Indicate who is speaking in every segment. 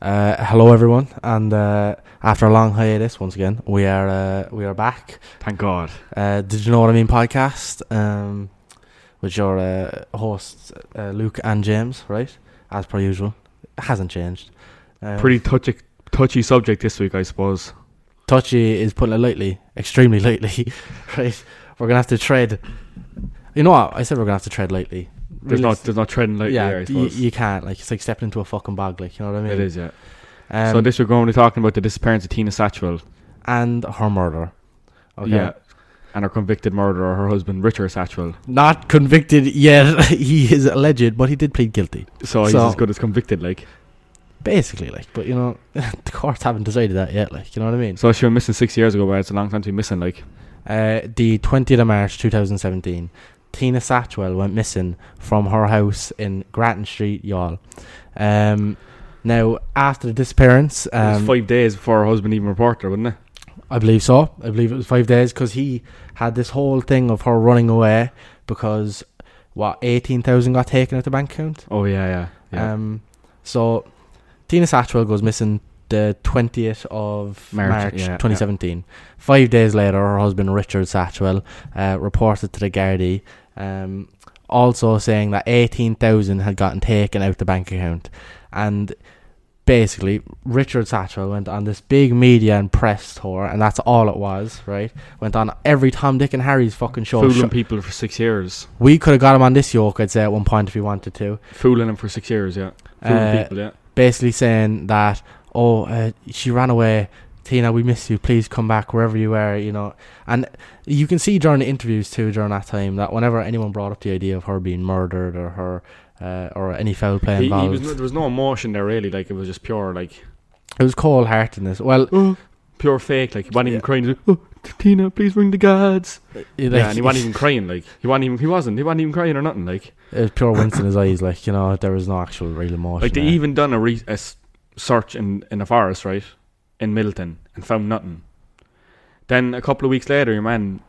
Speaker 1: Uh, hello everyone, and uh, after a long hiatus, once again, we are uh, we are back.
Speaker 2: Thank God.
Speaker 1: Uh, Did you know what I mean podcast? Um, with your uh, hosts uh, Luke and James, right? As per usual, it hasn't changed. Um,
Speaker 2: Pretty touchy, touchy subject this week, I suppose.
Speaker 1: touchy is putting it lightly, extremely lightly, right? We're gonna have to tread. You know what? I said we're gonna have to tread lightly.
Speaker 2: There's not, there's not treading lightly
Speaker 1: yeah,
Speaker 2: here, I
Speaker 1: y- you,
Speaker 2: suppose.
Speaker 1: can't. Like it's like stepping into a fucking bog. Like you know what I mean?
Speaker 2: it is, yeah.
Speaker 1: Um,
Speaker 2: so this we're going to be talking about the disappearance of Tina Satchwell.
Speaker 1: and her murder. Okay.
Speaker 2: Yeah. And her convicted murderer, her husband, Richard Satchwell.
Speaker 1: Not convicted yet. he is alleged, but he did plead guilty.
Speaker 2: So he's
Speaker 1: So-
Speaker 2: as good as convicted, like.
Speaker 1: Basically, like, but you know, the courts haven't decided that yet. Like, you know what I mean?
Speaker 2: So she was missing six years ago, but it's a long time to be missing, like.
Speaker 1: Uh, the 20th of March 2017, Tina Satchwell went missing from her house in Grattan Street, y'all. Um, now, after the disappearance,
Speaker 2: it was
Speaker 1: um,
Speaker 2: five days before her husband even reported her, wasn't it?
Speaker 1: I believe so. I believe it was five days because he had this whole thing of her running away because what eighteen thousand got taken out the bank account.
Speaker 2: Oh, yeah, yeah. yeah.
Speaker 1: Um, so Tina Satchwell goes missing the twentieth of
Speaker 2: March,
Speaker 1: March,
Speaker 2: yeah, yeah.
Speaker 1: twenty seventeen. Five days later, her husband Richard Satchwell uh, reported to the Gardaí, um, also saying that eighteen thousand had gotten taken out the bank account, and basically Richard Satchwell went on this big media and press tour, and that's all it was. Right? Went on every Tom, Dick, and Harry's fucking show.
Speaker 2: Fooling
Speaker 1: Sho-
Speaker 2: people for six years.
Speaker 1: we could have got him on this yoke, I'd say, at one point if we wanted to.
Speaker 2: Fooling them for six years, yeah. Fooling
Speaker 1: Uh,
Speaker 2: people, yeah.
Speaker 1: basically saying that oh uh, she ran away tina we miss you please come back wherever you were you know and you can see during the interviews too during that time that whenever anyone brought up the idea of her being murdered or her uh, or any foul play
Speaker 2: He, he was,
Speaker 1: involved
Speaker 2: no- there was no emotion there, really. Like, it was just pure, like.
Speaker 1: it was cold heartedness well
Speaker 2: pure fake. Like he wasn't even
Speaker 1: Yeah.
Speaker 2: crying. He's like, oh, T- Tina, please ring the guards.
Speaker 1: it,
Speaker 2: yeah, and he
Speaker 1: like,
Speaker 2: wasn't even crying. Like he wasn't even. He wasn't. He wasn't even crying or nothing. Like
Speaker 1: it was pure wince in his eyes like you know there was no actual real emotion
Speaker 2: like they
Speaker 1: there.
Speaker 2: even done a, re- a s- search in in a forest, right, in Middleton, and found nothing. Then a couple of weeks later, your man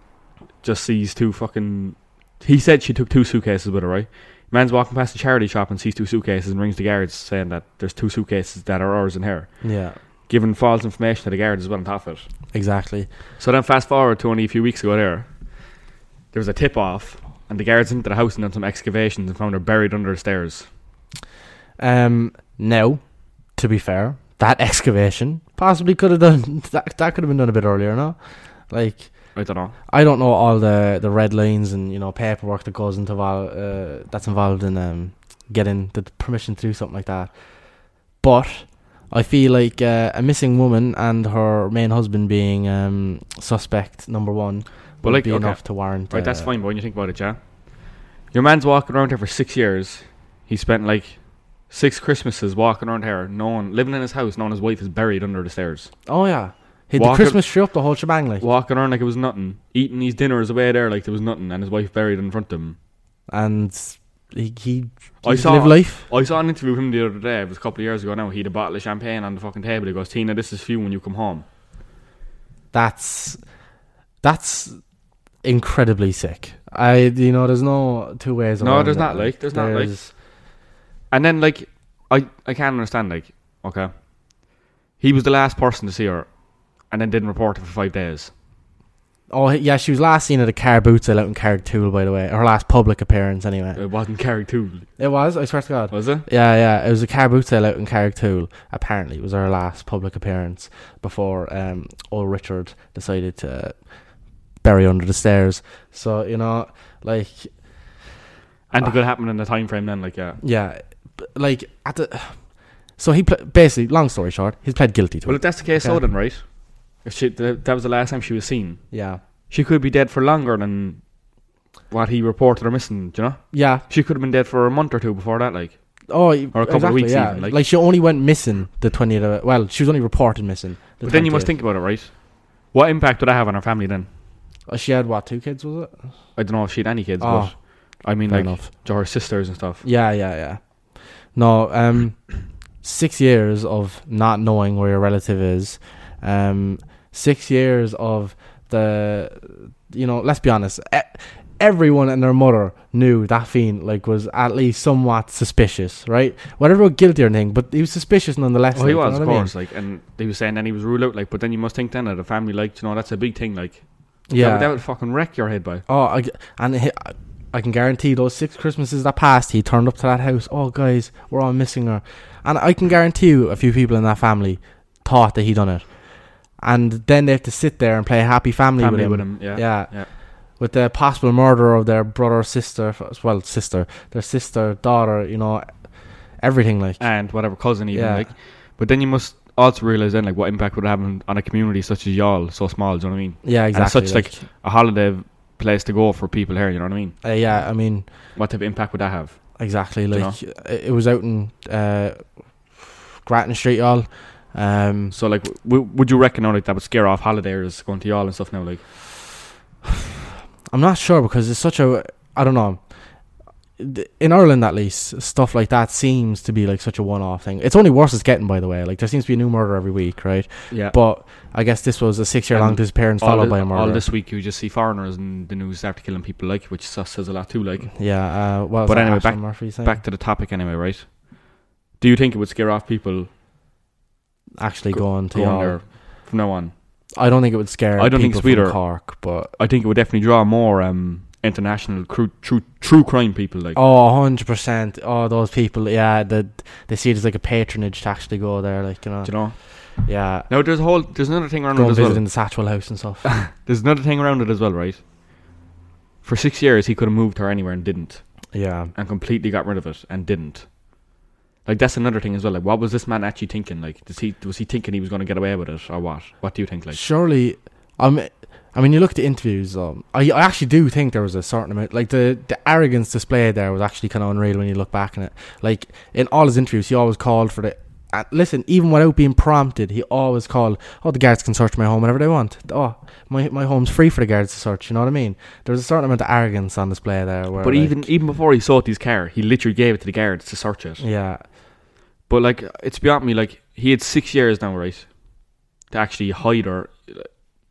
Speaker 2: just sees two fucking. He said she took two suitcases with her, right? Man's walking past the charity shop and sees two suitcases and rings the guards saying that there's two suitcases that are ours and her,
Speaker 1: yeah
Speaker 2: giving false information to the guards as well on top of it.
Speaker 1: exactly
Speaker 2: So then, fast forward to only a few weeks ago, there, there was a tip off, and the guards went into the house and done some excavations and found her buried under the stairs.
Speaker 1: um now to be fair that excavation possibly could have done that, that could have been done a bit earlier no like
Speaker 2: I don't know.
Speaker 1: I don't know all the the red lines and you know paperwork that goes into vol- uh, that's involved in um, getting the permission to do something like that. But I feel like uh, a missing woman and her main husband being um, suspect number one
Speaker 2: But
Speaker 1: would
Speaker 2: like,
Speaker 1: be
Speaker 2: okay,
Speaker 1: enough to warrant.
Speaker 2: right, that's
Speaker 1: uh,
Speaker 2: fine. But when you think about it, yeah, your man's walking around here for six years. He spent like six Christmases walking around here, no one living in his house, knowing his wife is buried under the stairs,
Speaker 1: Oh yeah, hit the
Speaker 2: Walker-
Speaker 1: Christmas tree up the whole shebang like,
Speaker 2: walking around like it was nothing, eating his dinners away there like there was nothing, and his wife buried in front of him.
Speaker 1: and he he
Speaker 2: I
Speaker 1: just
Speaker 2: saw-
Speaker 1: live life.
Speaker 2: I saw an interview with him the other day. It was a couple of years ago now. He had a bottle of champagne on the fucking table. He goes, "Tina, this is for you when you come home."
Speaker 1: That's that's incredibly sick. I you know there's no two ways.
Speaker 2: No,
Speaker 1: around
Speaker 2: there's
Speaker 1: it,
Speaker 2: not, like, there's not, like- And then like I I can't understand like okay. He was the last person to see her and then didn't report it for five days.
Speaker 1: Oh yeah, she was last seen at a car boot sale out in Carrigtool, by the way. Her last public appearance, anyway.
Speaker 2: It wasn't carried too
Speaker 1: It was. I swear to God.
Speaker 2: was it?
Speaker 1: Yeah, yeah. It was a car boot sale out in Carrigtool. Apparently, it was her last public appearance before um, old Richard decided to bury her under the stairs. So you know, like,
Speaker 2: And it could happen in the time frame then, like yeah.
Speaker 1: yeah, b- like at the. So he pl- basically, long story short, he's pled guilty to it.
Speaker 2: Well if that's the case
Speaker 1: Okay.
Speaker 2: so then, right? If she th- that was the last time she was seen.
Speaker 1: Yeah,
Speaker 2: She could be dead for longer than what he reported her missing, do you know?
Speaker 1: yeah.
Speaker 2: She could have been dead for a month or two before that, like.
Speaker 1: Oh, or
Speaker 2: couple of weeks
Speaker 1: Yeah,
Speaker 2: even,
Speaker 1: like,
Speaker 2: like-
Speaker 1: she only went missing the twentieth. of Well, she was only reported missing. the
Speaker 2: But then you must
Speaker 1: 20th.
Speaker 2: think about it, right? What impact would that have on her family then?
Speaker 1: Uh, She had what two kids? Was it?
Speaker 2: I don't know if she had any kids,
Speaker 1: Oh,
Speaker 2: but I mean
Speaker 1: Fair
Speaker 2: like
Speaker 1: enough.
Speaker 2: to her sisters and stuff.
Speaker 1: Yeah, yeah, yeah. No, um, six years of not knowing where your relative is, um, six years of the, you know, let's be honest, e- everyone and their mother knew that fiend like was at least somewhat suspicious, right? Whatever well, guilty or anything, but he was suspicious nonetheless.
Speaker 2: Oh,
Speaker 1: like,
Speaker 2: he
Speaker 1: you
Speaker 2: was,
Speaker 1: know what
Speaker 2: of
Speaker 1: I mean?
Speaker 2: course. Like, and they were saying then he was ruled out. Like, but then you must think then that a family, like, you know, that's a big thing. Like, yeah,
Speaker 1: Yeah.
Speaker 2: that, that would fucking wreck your head by.
Speaker 1: Oh, I, g- and he, I- I can guarantee those six Christmases that passed, he turned up to that house. Oh, guys, we're all missing her, and I can guarantee you, a few people in that family thought that he done it, and then they have to sit there and play happy family,
Speaker 2: Family
Speaker 1: With him.
Speaker 2: with him. Yeah.
Speaker 1: yeah.
Speaker 2: yeah.
Speaker 1: With the possible murder of their brother, sister, f- well, sister, their sister, daughter, you know, everything like.
Speaker 2: and whatever cousin even
Speaker 1: Yeah.
Speaker 2: like. But then you must also realize then like what impact would it have on, on a community such as y'all, so small. Do you know what I mean?
Speaker 1: yeah,
Speaker 2: it's
Speaker 1: exactly.
Speaker 2: such, A holiday place to go for people here. You know what I mean?
Speaker 1: uh, yeah, I mean,
Speaker 2: What type of impact would that have?
Speaker 1: exactly.
Speaker 2: you
Speaker 1: Like, it it was out in uh, Grattan Street, y'all. Um,
Speaker 2: So like, w- would you reckon now like that would scare off holidayers going to y'all and stuff now? Like,
Speaker 1: I'm not sure because it's such a I don't know. Th- In Ireland, at least, stuff like that seems to be like such a one-off thing. It's only worse it's getting, by the way. Like there seems to be a new murder every week, right?
Speaker 2: yeah.
Speaker 1: But I guess this was a six-year-long
Speaker 2: And
Speaker 1: disappearance
Speaker 2: all,
Speaker 1: followed
Speaker 2: thi-
Speaker 1: by a
Speaker 2: all
Speaker 1: murder.
Speaker 2: this week you just see foreigners in the news after killing people like, which sa- says a lot too. Like,
Speaker 1: yeah. Uh, what was
Speaker 2: But
Speaker 1: that
Speaker 2: anyway,
Speaker 1: Ashton
Speaker 2: back-
Speaker 1: Murphy saying?
Speaker 2: back to the topic anyway, right? Do you think it would scare off people
Speaker 1: actually
Speaker 2: go-
Speaker 1: going to
Speaker 2: going
Speaker 1: y'all.
Speaker 2: there from now on?
Speaker 1: I don't think it would scare.
Speaker 2: I don't think
Speaker 1: people
Speaker 2: it's
Speaker 1: from
Speaker 2: either.
Speaker 1: Cork, but
Speaker 2: I think it would definitely draw more um, international true, true true crime people. Like,
Speaker 1: oh, 100 percent. Oh, those people. Yeah, that they see it as like a patronage to actually go there. Like you know.
Speaker 2: do you know?
Speaker 1: Yeah.
Speaker 2: Now there's a whole there's another thing around
Speaker 1: Go
Speaker 2: it
Speaker 1: and
Speaker 2: as
Speaker 1: visit
Speaker 2: well.
Speaker 1: in the Satchwell House and stuff.
Speaker 2: There's another thing around it as well, right? For six years he could have moved her anywhere and didn't,
Speaker 1: yeah.
Speaker 2: and completely got rid of it and didn't. Like that's another thing as well. Like, what was this man actually thinking? Like, does he was he thinking he was going to get away with it or what? What do you think? Like,
Speaker 1: surely um I mean, you look at the interviews. Um, I, I actually do think there was a certain amount, like the, the arrogance displayed there was actually kind of unreal when you look back on it. Like in all his interviews, he always called for the. Uh, listen, even without being prompted, he always called. Oh, the guards can search my home whenever they want. Oh, my my home's free for the guards to search. You know what I mean? There was a certain amount of arrogance on display there. Where
Speaker 2: but
Speaker 1: like,
Speaker 2: even even before he sought his car, he literally gave it to the guards to search it.
Speaker 1: yeah,
Speaker 2: But like, it's beyond me. Like, he had six years now, right, to actually hide her,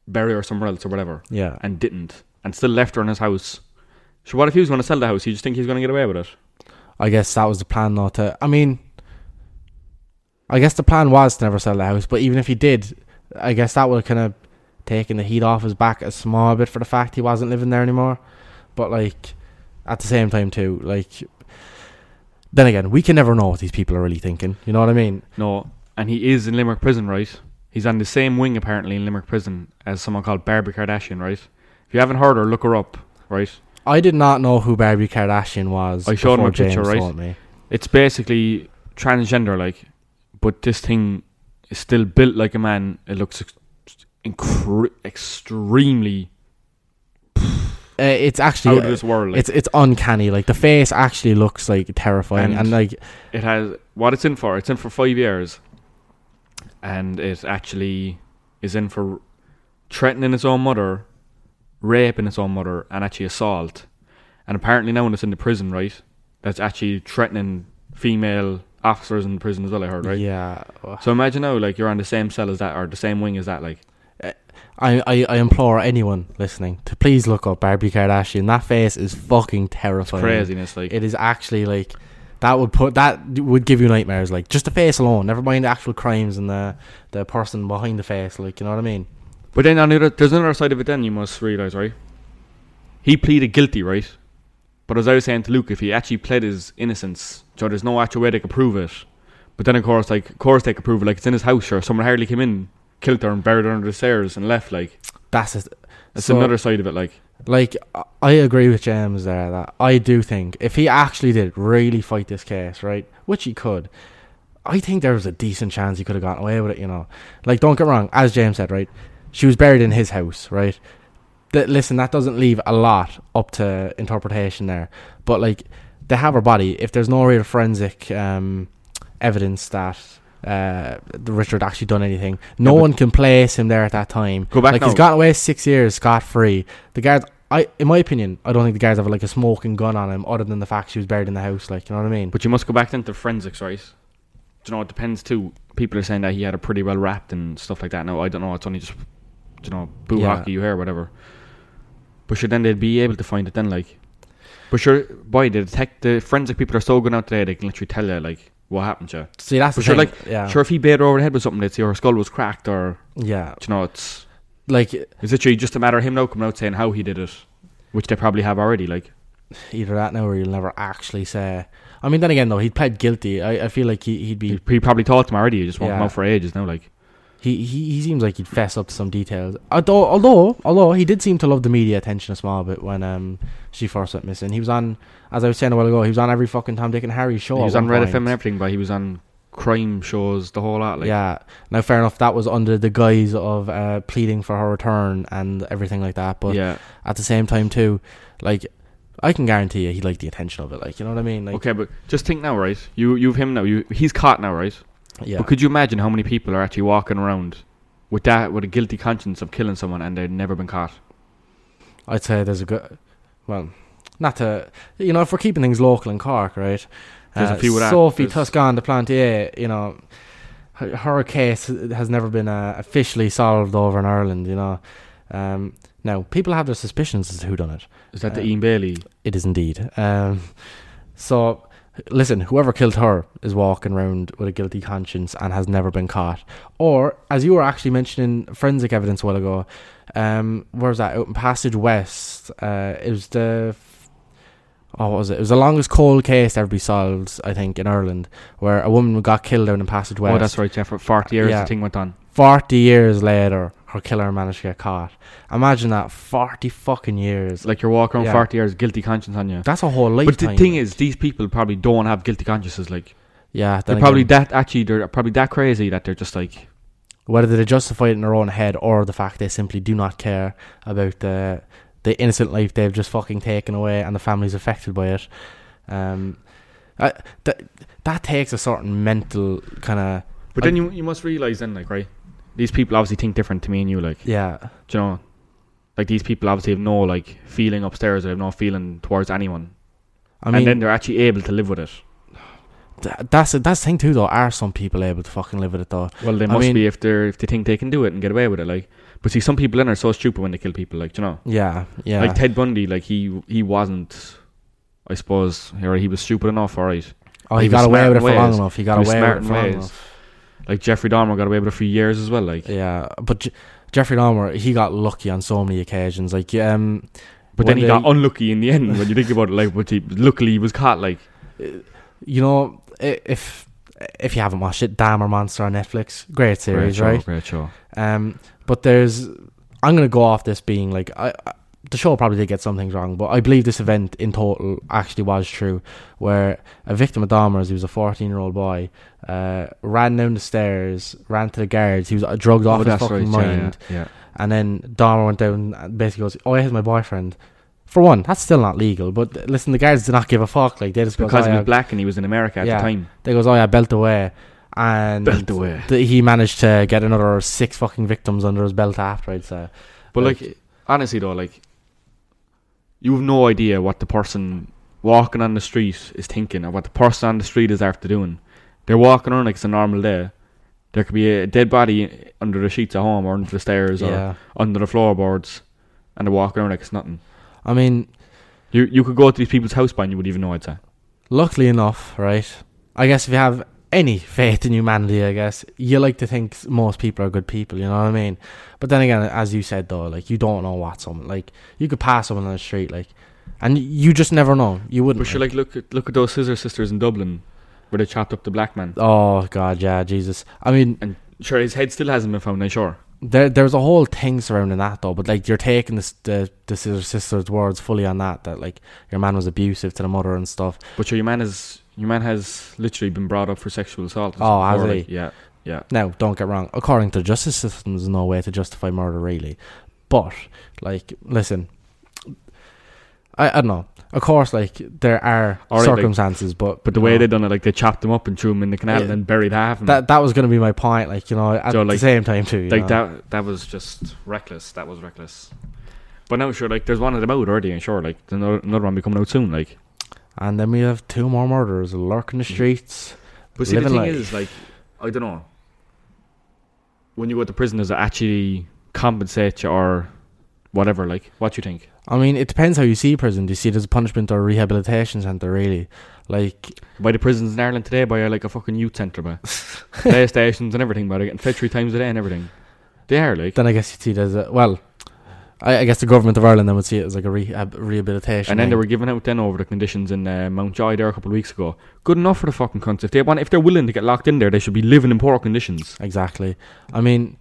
Speaker 2: bury her somewhere else or whatever.
Speaker 1: yeah,
Speaker 2: and didn't, and still left her in his house. So what if he was going to sell the house? You just think he's going to get away with it?
Speaker 1: I guess that was the plan not to. I mean, I guess the plan was to never sell the house, but even if he did, I guess that would have kind of taken the heat off his back a small bit for the fact he wasn't living there anymore. But, like, at the same time, too, like, then again, we can never know what these people are really thinking. You know what I mean?
Speaker 2: No, and he is in Limerick prison, right? He's on the same wing apparently in Limerick prison as someone called Barbara Kardashian, right? If you haven't heard her, look her up, right?
Speaker 1: I did not know who Barbie Kardashian was.
Speaker 2: I showed
Speaker 1: before
Speaker 2: him a picture,
Speaker 1: James
Speaker 2: right?
Speaker 1: told me.
Speaker 2: It's basically transgender, like, but this thing is still built like a man. It looks ex- incre- extremely
Speaker 1: Uh, it's actually.
Speaker 2: out of this world. Like,
Speaker 1: it's it's uncanny. Like the face actually looks like terrifying,
Speaker 2: And-
Speaker 1: and like
Speaker 2: it has what it's in for. It's in for five years, and it actually is in for threatening its own mother, raping its own mother, and actually assault. And apparently now, when it's in the prison, right, that's actually threatening female officers in the prison as well. I heard, right.
Speaker 1: yeah. uh, Ugh.
Speaker 2: So imagine now, like you're on the same cell as that, or the same wing as that, like.
Speaker 1: I, I, I implore anyone listening to please look up Barbie Kardashian. That face is fucking terrifying.
Speaker 2: Craziness, like
Speaker 1: It is actually like that would put that would give you nightmares. Like just the face alone. Never mind the actual crimes and the the person behind the face. Like you know what I mean?
Speaker 2: But then on the other, there's another side of it. Then you must realize, right? He pleaded guilty, right? But as I was saying to Luke, if he actually pled his innocence, so there's no actual way they could prove it. But then of course, like, of course they could prove it. Like it's in his house, sure. Someone hardly came in, killed her, and buried her under the stairs and left. Like
Speaker 1: That's it.
Speaker 2: that's
Speaker 1: So-
Speaker 2: another side of it. Like
Speaker 1: Like I- I agree with James there that I do think if he actually did really fight this case, right, which he could, I think there was a decent chance he could have gotten away with it. You know, like don't get wrong, as James said, right, she was buried in his house, right. That listen, that doesn't leave a lot up to interpretation there, but like they have her body. If there's no real forensic um, evidence that uh, the Richard actually done anything, no
Speaker 2: but-
Speaker 1: one can place him there at that time
Speaker 2: go back
Speaker 1: like
Speaker 2: now.
Speaker 1: he's gotten away six years scot free. The guards, I in my opinion, I don't think the guards have like a smoking gun on him, other than the fact she was buried in the house. Like you know what I mean?
Speaker 2: but you must go back then to forensics, right? Do you know it depends too. People are saying that he had her pretty well wrapped and stuff like that. Now I don't know. It's only just do you know boo
Speaker 1: Yeah.
Speaker 2: hockey you hear whatever. But sure, then they'd be able to find it then, like. But sure, boy, the detect the forensic people are so good out today. They can literally tell you like what happened. Sure,
Speaker 1: See, that's the
Speaker 2: But sure,
Speaker 1: thing. yeah.
Speaker 2: sure. If he bit her over the head with something, they'd see her skull was cracked, or
Speaker 1: Yeah.
Speaker 2: you know, it's
Speaker 1: Like,
Speaker 2: it's literally just a matter of him now coming out saying how he did it, which they probably have already. Like,
Speaker 1: either that now or he'll never actually say. I mean, then again, though, he pled guilty. I, I feel like he, he'd be.
Speaker 2: he, he probably told them already. He just won't come
Speaker 1: Yeah.
Speaker 2: out for ages now. Like,
Speaker 1: He, he he seems like he'd fess up to some details. Although although although he did seem to love the media attention a small bit when um she first went missing. He was on, as I was saying a while ago, he was on every fucking Tom Dick and Harry show.
Speaker 2: he
Speaker 1: at
Speaker 2: was on
Speaker 1: one
Speaker 2: Red
Speaker 1: point.
Speaker 2: FM and everything, but he was on crime shows, the whole lot. Like,
Speaker 1: yeah. Now, fair enough. That was under the guise of uh, pleading for her return and everything like that. But
Speaker 2: yeah.
Speaker 1: at the same time, too, like I can guarantee you, he liked the attention of it. Like you know what I mean? Like
Speaker 2: okay, but just think now, right? You you've him now. You he's caught now, right?
Speaker 1: yeah,
Speaker 2: But could you imagine how many people are actually walking around with that with a guilty conscience of killing someone and they've never been caught?
Speaker 1: I'd say there's a good. Well, not to you know if we're keeping things local in Cork, right? Uh,
Speaker 2: There's a few of that.
Speaker 1: Sophie
Speaker 2: There's-
Speaker 1: Tuscan de Plantier, you know, her, her case has never been uh, officially solved over in Ireland. You know, um, now people have their suspicions as to who done it.
Speaker 2: Is that the
Speaker 1: Uh,
Speaker 2: Ian Bailey?
Speaker 1: It is indeed. Um, so, listen, whoever killed her is walking around with a guilty conscience and has never been caught. Or, as you were actually mentioning forensic evidence a while ago, um, where was that? Out in Passage West. Uh, it was the. Oh, what was it? It was the longest cold case to ever be solved, I think, in Ireland, where a woman got killed down in Passage West.
Speaker 2: Oh, that's right, Jeff. For forty years,
Speaker 1: Yeah.
Speaker 2: the thing went on.
Speaker 1: 40 years later, her killer managed to get caught. Imagine that. 40 fucking years.
Speaker 2: It's like you're walking around
Speaker 1: Yeah.
Speaker 2: forty years, guilty conscience on you.
Speaker 1: That's a whole lifetime.
Speaker 2: But the thing is, these people probably don't have guilty consciences. Like
Speaker 1: yeah,
Speaker 2: they're
Speaker 1: then
Speaker 2: probably
Speaker 1: again-
Speaker 2: that actually they're probably that crazy that they're just like
Speaker 1: whether they justify it in their own head or the fact they simply do not care about the the innocent life they've just fucking taken away and the families affected by it. Um, I, that that takes a certain mental kind of
Speaker 2: But then you you must realize then like right, these people obviously think different to me and you. Like
Speaker 1: yeah
Speaker 2: do you know, like these people obviously have no like feeling upstairs. They have no feeling towards anyone,
Speaker 1: I mean,
Speaker 2: and then they're actually able to live with it.
Speaker 1: th- that's that's the thing too. Though, are some people able to fucking live with it though?
Speaker 2: Well, they
Speaker 1: I
Speaker 2: must
Speaker 1: mean-
Speaker 2: be if they're if they think they can do it and get away with it. Like, but see, some people in are so stupid when they kill people. Like, do you know,
Speaker 1: Yeah, yeah,
Speaker 2: like Ted Bundy, like he he wasn't, I suppose, or he was stupid enough. All right,
Speaker 1: oh, he
Speaker 2: he was
Speaker 1: got away
Speaker 2: smart
Speaker 1: with it
Speaker 2: in
Speaker 1: for long
Speaker 2: ways.
Speaker 1: enough. He got
Speaker 2: He was
Speaker 1: away
Speaker 2: smart
Speaker 1: with it
Speaker 2: in
Speaker 1: for long
Speaker 2: ways.
Speaker 1: enough.
Speaker 2: like Jeffrey Dahmer got away with it for years as well. Like,
Speaker 1: Yeah, but J- Jeffrey Dahmer, he got lucky on so many occasions. Like, um,
Speaker 2: but
Speaker 1: when
Speaker 2: then he
Speaker 1: they-
Speaker 2: got unlucky in the end when you think about it. Like, but he, luckily he was caught. Like,
Speaker 1: you know, i- if if you haven't watched it, Damn or Monster on Netflix, great series,
Speaker 2: great
Speaker 1: right?
Speaker 2: Show, great show.
Speaker 1: Um, but there's, I'm gonna go off this being like, I, I the show probably did get some things wrong, but I believe this event in total actually was true, where a victim of Dahmer's, he was a 14 year old boy, uh, ran down the stairs, ran to the guards, he was uh, drugged off
Speaker 2: Oh,
Speaker 1: his
Speaker 2: that's
Speaker 1: fucking
Speaker 2: right, yeah,
Speaker 1: mind,
Speaker 2: Yeah, yeah.
Speaker 1: and then Dahmer went down and basically goes, "Oh, here's my boyfriend." For one, that's still not legal, but listen, the guards did not give a fuck. Like they just goes,
Speaker 2: because
Speaker 1: "Oh,
Speaker 2: he
Speaker 1: yeah,
Speaker 2: was black and he was in America at
Speaker 1: Yeah.
Speaker 2: the time.
Speaker 1: they goes, oh yeah, belt away, and
Speaker 2: Belt away.
Speaker 1: th- he managed to get another six fucking victims under his belt afterwards. So
Speaker 2: But like, honestly though, like you have no idea what the person walking on the street is thinking or what the person on the street is after doing. They're walking around like it's a normal day. There could be a dead body under the sheets at home or under the stairs
Speaker 1: yeah,
Speaker 2: or under the floorboards and they're walking around like it's nothing.
Speaker 1: I mean,
Speaker 2: You you could go to these people's house by and you would even know it's that.
Speaker 1: luckily enough, right? I guess if you have any faith in humanity, I guess you like to think s- most people are good people. You know what I mean? But then again, as you said though, like you don't know what someone like you could pass someone on the street like, and you just never know. You wouldn't.
Speaker 2: But sure,
Speaker 1: like.
Speaker 2: like look at look at those scissor sisters in Dublin where they chopped up the black man.
Speaker 1: oh god, yeah, Jesus. I mean,
Speaker 2: Sure, his head still hasn't been found, i sure.
Speaker 1: There, there's a whole thing surrounding that though, but like you're taking this, the the sister sister's words fully on that that like your man was abusive to the mother and stuff.
Speaker 2: But sure, your man is your man has literally been brought up for sexual assault. and
Speaker 1: Oh,
Speaker 2: stuff
Speaker 1: has
Speaker 2: before,
Speaker 1: he?
Speaker 2: like, Yeah, yeah.
Speaker 1: Now, don't get wrong. According to the justice system, there's no way to justify murder really, but like listen, I I don't know. Of course, like there are
Speaker 2: All right, like-
Speaker 1: circumstances, but
Speaker 2: But the
Speaker 1: you
Speaker 2: way
Speaker 1: know,
Speaker 2: they done it, like they chopped them up and threw them in the canal
Speaker 1: Yeah.
Speaker 2: and then buried half. And
Speaker 1: that that was gonna be my point. Like you know, at
Speaker 2: So,
Speaker 1: the
Speaker 2: like-
Speaker 1: same time too, you
Speaker 2: like
Speaker 1: know.
Speaker 2: that, that was just reckless. That was reckless. But now, sure, like there's one of them out already, and sure, like there's another, another one be coming out soon. Like,
Speaker 1: And then we have two more murderers lurking the
Speaker 2: Mhm.
Speaker 1: streets.
Speaker 2: but see,
Speaker 1: Living
Speaker 2: the thing
Speaker 1: life.
Speaker 2: is, like, I don't know. When you go to prison, does it actually compensate you, or whatever. Like, what you think?
Speaker 1: I mean, it depends how you see prison. Do you see it as a punishment or a rehabilitation centre, really? Like,
Speaker 2: By the prisons in Ireland today, by uh, like a fucking youth centre, man. Playstations and everything, but getting fed three times a day and everything. They are like,
Speaker 1: then I guess you'd see it as a. Well, I, I guess the government of Ireland then would see it as like a rehab, rehabilitation.
Speaker 2: and then they
Speaker 1: thing.
Speaker 2: were giving out then over the conditions in uh, Mountjoy there a couple of weeks ago. Good enough for the fucking cunts. If they want, if they're willing to get locked in there, they should be living in poor conditions.
Speaker 1: Exactly. I mean,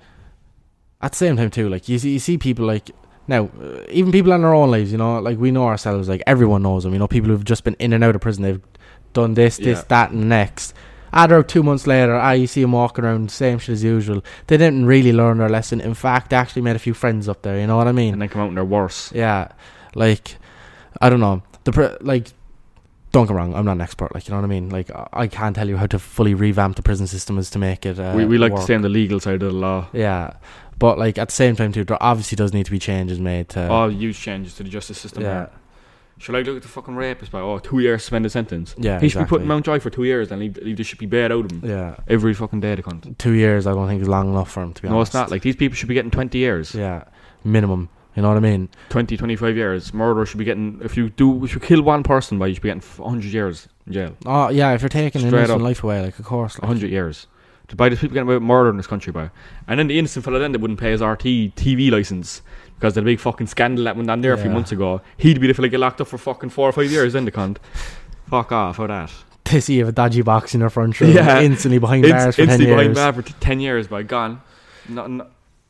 Speaker 1: at the same time too, like you see, you see people like now, uh, even people in their own lives, you know, like we know ourselves, like everyone knows them. You know, people who've just been in and out of prison, they've done this, this,
Speaker 2: Yeah.
Speaker 1: that, and the next. Ah, they're out two months later, ah, you see them walking around, same shit as usual. They didn't really learn their lesson. In fact, they actually made a few friends up there. You know what I mean?
Speaker 2: And then come out and they're worse.
Speaker 1: Yeah, like I don't know the pr- like. Don't get me wrong, I'm not an expert. Like you know what I mean. Like I- I can't tell you how to fully revamp the prison system as to make it. Uh,
Speaker 2: we we like
Speaker 1: work.
Speaker 2: to stay on the legal side of the law.
Speaker 1: Yeah, but like at the same time too, there obviously does need to be changes made to.
Speaker 2: All huge changes to the justice system.
Speaker 1: yeah,
Speaker 2: Oh, Yeah. Should I look at the fucking rapist by oh two years suspended sentence?
Speaker 1: yeah.
Speaker 2: he should be
Speaker 1: exactly.
Speaker 2: put in Mountjoy for two years and leave, leave the should be bad out of him
Speaker 1: Yeah,
Speaker 2: every fucking day. The cunt.
Speaker 1: two years I don't think is long enough for him to be
Speaker 2: No,
Speaker 1: honest.
Speaker 2: it's not. Like these people should be getting twenty years.
Speaker 1: yeah, minimum. You know what I mean?
Speaker 2: Twenty, twenty-five 20, 25 years. Murderer should be getting, if you do, if you kill one person, by you should be getting f- 100 years in jail.
Speaker 1: Oh yeah, if you're taking an
Speaker 2: Straight
Speaker 1: innocent
Speaker 2: up.
Speaker 1: life away, like of course, like,
Speaker 2: 100 years. To buy these people getting away with murder in this country, by. And then the innocent fella then that wouldn't pay his RT TV license because the big fucking scandal that went on there a few
Speaker 1: Yeah.
Speaker 2: months ago. He'd be the fella get locked up for fucking four or five years then, the cunt. Fuck off, for that.
Speaker 1: they see you have a dodgy box in your front room,
Speaker 2: Yeah.
Speaker 1: instantly behind
Speaker 2: Inst-
Speaker 1: bars for
Speaker 2: instantly
Speaker 1: ten years.
Speaker 2: behind bar for t- 10 years, by. Gone. Not, n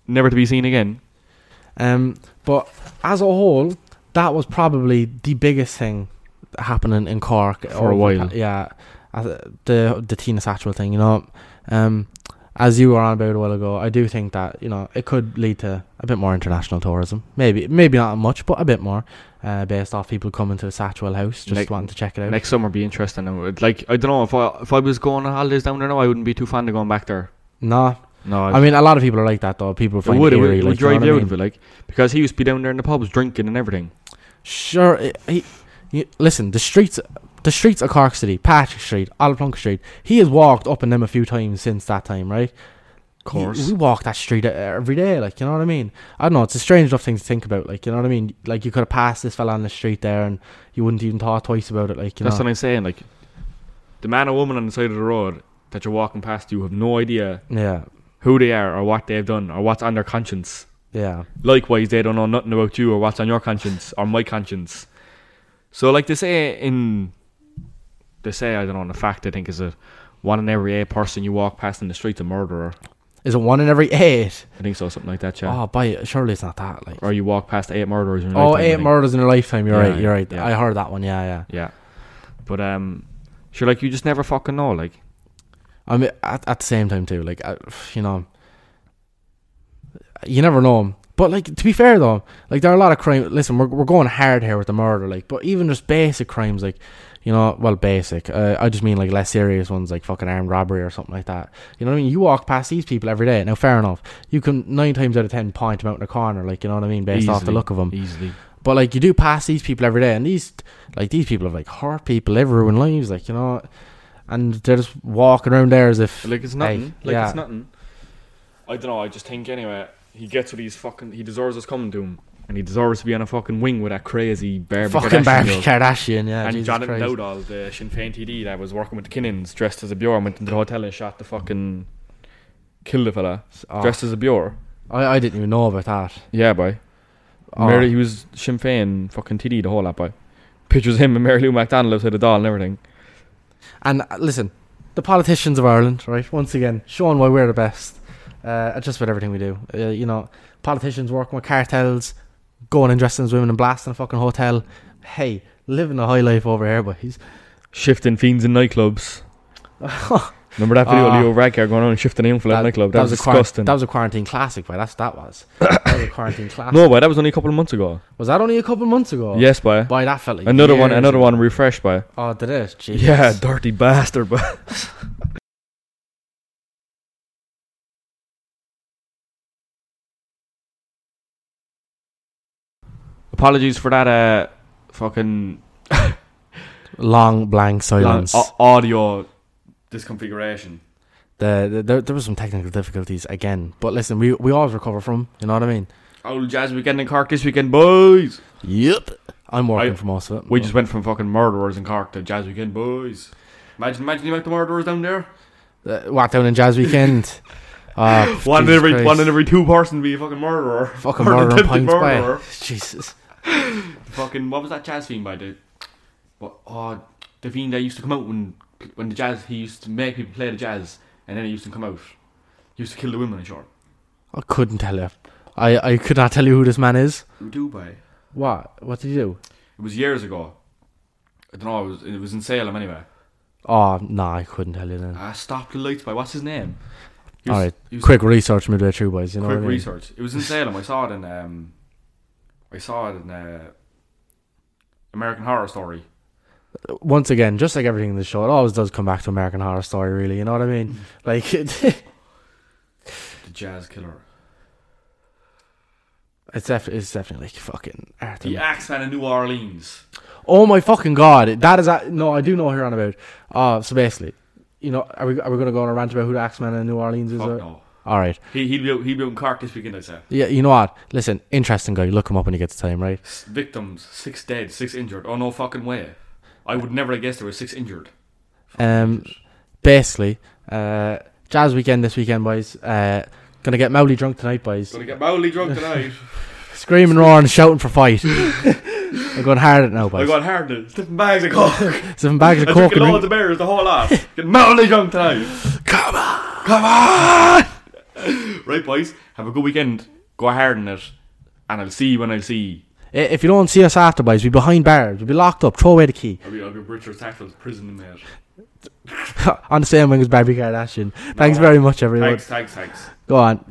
Speaker 2: never to be seen again.
Speaker 1: Um, but as a whole, that was probably the biggest thing happening in Cork
Speaker 2: For a
Speaker 1: over the
Speaker 2: while.
Speaker 1: pa- Yeah, As- the the Tina Satchel thing, you know. Um, as you were on about a while ago, I do think that you know it could lead to a bit more international tourism. Maybe maybe not much, but a bit more, uh, based off people coming to the Satchel house just
Speaker 2: Like-
Speaker 1: wanting to check it out.
Speaker 2: Next summer be interesting. now. It- Like, I don't know, if I, if I was going on holidays down there now, I wouldn't be too fond of going back there.
Speaker 1: no,
Speaker 2: No,
Speaker 1: I mean a lot of people are like that though. People
Speaker 2: It
Speaker 1: find
Speaker 2: would, it would,
Speaker 1: eerie,
Speaker 2: it
Speaker 1: like,
Speaker 2: would
Speaker 1: you know
Speaker 2: drive
Speaker 1: what I
Speaker 2: you out
Speaker 1: mean?
Speaker 2: of it, like because he used to be down there in the pubs drinking and everything.
Speaker 1: Sure, i he, you, listen. The streets, the streets of Cork City, Patrick Street, Alaplunca Street. He has walked up in them a few times since that time, right?
Speaker 2: Of
Speaker 1: He- we walk that street uh, every day. Like, you know what I mean? I don't know. It's a strange enough thing to think about. Like, you know what I mean? Like, you could have passed this fella on the street there, and you wouldn't even thought twice about it. Like, you
Speaker 2: that's
Speaker 1: know,
Speaker 2: what I'm saying. Like the man or woman on the side of the road that you're walking past, you have no idea
Speaker 1: yeah,
Speaker 2: who they are or what they've done or what's on their conscience.
Speaker 1: yeah,
Speaker 2: Likewise, they don't know nothing about you or what's on your conscience or my conscience. So, like they say in, they say I don't know. In fact, I think is a one in every eight person you walk past in the street's a murderer.
Speaker 1: is it one in every eight?
Speaker 2: I think so, something like that, yeah.
Speaker 1: Oh, by it. surely it's not that. Like,
Speaker 2: Or you walk past eight murderers. In your
Speaker 1: oh,
Speaker 2: lifetime, I
Speaker 1: eight
Speaker 2: think.
Speaker 1: murders in a lifetime. You're
Speaker 2: Yeah,
Speaker 1: right. You're right.
Speaker 2: yeah.
Speaker 1: I heard that one. Yeah, yeah.
Speaker 2: Yeah. But um sure like you just never fucking know, like
Speaker 1: I mean, at, at the same time too, like I, you know, you never know. But like to be fair though, like there are a lot of crime. Listen, we're we're going hard here with the murder, like, but even just basic crimes, like, you know, well, basic. Uh, I just mean like less serious ones, like fucking armed robbery or something like that. You know what I mean? You walk past these people every day. Now, fair enough, you can nine times out of ten point them out in a corner, like you know what I mean, based off the
Speaker 2: Easily.
Speaker 1: look of them.
Speaker 2: easily.
Speaker 1: But like you do pass these people every day, and these like these people have like hurt people, they've ruined lives, like you know, and they're just walking around there as if
Speaker 2: Like it's
Speaker 1: Hey,
Speaker 2: nothing. like
Speaker 1: yeah.
Speaker 2: it's nothing. I don't know, I just think anyway, he gets what he's fucking he deserves what's coming to him. And he deserves to be on a fucking wing with that crazy Barbie
Speaker 1: fucking
Speaker 2: Kardashian
Speaker 1: Barbie
Speaker 2: girl.
Speaker 1: Kardashian, yeah.
Speaker 2: and
Speaker 1: Jesus
Speaker 2: Jonathan
Speaker 1: Christ.
Speaker 2: Dowdall, the Sinn Féin TD that was working with the Kinnins, dressed as a Bjorn, went into the hotel and shot the fucking killed the fella,
Speaker 1: Oh,
Speaker 2: dressed as a Bjorn.
Speaker 1: I, I didn't even know about that.
Speaker 2: Yeah, boy.
Speaker 1: Oh.
Speaker 2: Mary, he was Sinn Féin fucking TD the whole lot, boy. Pictures of him and Mary Lou McDonald outside the doll and everything.
Speaker 1: And uh, listen, the politicians of Ireland, right? Once again, showing why we're the best uh, at just about everything we do. Uh, you know, politicians working with cartels, going and dressing as women and blasting a fucking hotel. Hey, living a high life over here, but he's
Speaker 2: Shifting fiends in nightclubs.
Speaker 1: Oh,
Speaker 2: Remember that video
Speaker 1: Ah.
Speaker 2: of Leo Radcar going on and shifting in for that nightclub? That, was,
Speaker 1: a quaran-
Speaker 2: disgusting.
Speaker 1: that was a quarantine classic, boy. That's that was. that was a quarantine classic.
Speaker 2: no, boy, that was only a couple of months ago.
Speaker 1: Was that only a couple months ago?
Speaker 2: Yes, boy.
Speaker 1: Boy, that felt like
Speaker 2: another one,
Speaker 1: years
Speaker 2: another
Speaker 1: ago.
Speaker 2: one refreshed, boy.
Speaker 1: Oh, did it? Jesus.
Speaker 2: Yeah, dirty bastard, boy. Apologies for that uh, fucking
Speaker 1: Long oh. blank silence.
Speaker 2: au- audio disconfiguration.
Speaker 1: The, the, there, there was some technical difficulties again, but listen, we we always recover from. 'em, You know what I mean?
Speaker 2: Old Jazz Weekend in Cork this weekend, boys.
Speaker 1: Yep. I'm working
Speaker 2: I-
Speaker 1: for most of it.
Speaker 2: We just went from fucking murderers in Cork to Jazz Weekend, boys. Imagine, imagine you make the murderers down there.
Speaker 1: uh, walked down in Jazz Weekend. Oh,
Speaker 2: One in
Speaker 1: Jesus
Speaker 2: every
Speaker 1: Christ.
Speaker 2: one in every two person be a fucking murderer.
Speaker 1: fucking
Speaker 2: or an
Speaker 1: murder and
Speaker 2: attempted
Speaker 1: pints by
Speaker 2: murderer.
Speaker 1: Jesus.
Speaker 2: Fucking what was that jazz fiend by the? What oh the fiend that used to come out when when the jazz he used to make people play the jazz and then he used to come out. He used to kill the women in short.
Speaker 1: I couldn't tell you. I I could not tell you who this man is.
Speaker 2: Dubai.
Speaker 1: What? What did he do?
Speaker 2: It was years ago. I don't know. It was, it was in Salem anyway.
Speaker 1: Oh no, I couldn't tell you then.
Speaker 2: I stopped Ah, the lights by what's his name. He was-
Speaker 1: All right,
Speaker 2: he was-
Speaker 1: quick research midway through, boys. You know
Speaker 2: quick
Speaker 1: what I mean?
Speaker 2: research. It was in Salem. I saw it in um, I saw it in uh, American Horror Story.
Speaker 1: Once again, just like everything in the show, it always does come back to American Horror Story. Really, you know what I
Speaker 2: Mm.
Speaker 1: mean? Like, it's
Speaker 2: The jazz killer.
Speaker 1: def- it's definitely like fucking Arthur.
Speaker 2: The Axeman in New Orleans.
Speaker 1: Oh my fucking god! That is a- no, I do know what you're on about. Uh so basically, you know, are we are we gonna go on a rant about who the Axeman in New Orleans is?
Speaker 2: Fuck
Speaker 1: or-
Speaker 2: no.
Speaker 1: All right.
Speaker 2: He he'll be out, he'll be out in Cork this weekend. I say.
Speaker 1: Yeah, you know what? Listen, interesting guy. Look him up when you get the time, right?
Speaker 2: S- Victims, six dead, six injured. Oh no fucking way! I would never have guessed there were six injured.
Speaker 1: Um, basically, uh, jazz weekend this weekend, boys. Uh, gonna get Mowgli drunk tonight, boys.
Speaker 2: Gonna get mildly drunk tonight.
Speaker 1: Screaming, roaring, shouting for fight. I'm going hard at it now,
Speaker 2: I
Speaker 1: boys.
Speaker 2: got hard to sniffing bags of coke.
Speaker 1: Seven bags of
Speaker 2: I
Speaker 1: coke
Speaker 2: took
Speaker 1: and
Speaker 2: loads
Speaker 1: drink.
Speaker 2: of beers, the whole lot. Get mildly drunk tonight.
Speaker 1: Come on.
Speaker 2: Right, boys. Have a good weekend. Go hard in it, and I'll see you when I'll see. you.
Speaker 1: I- If you don't see us after, boys, we'll be behind bars. We'll be locked up. Throw away the key.
Speaker 2: I'll be, I'll be Richard Sackville's prison mate.
Speaker 1: On the same wing as Barbie Kardashian. Thanks very much, everyone.
Speaker 2: Thanks, thanks, thanks.
Speaker 1: Go on.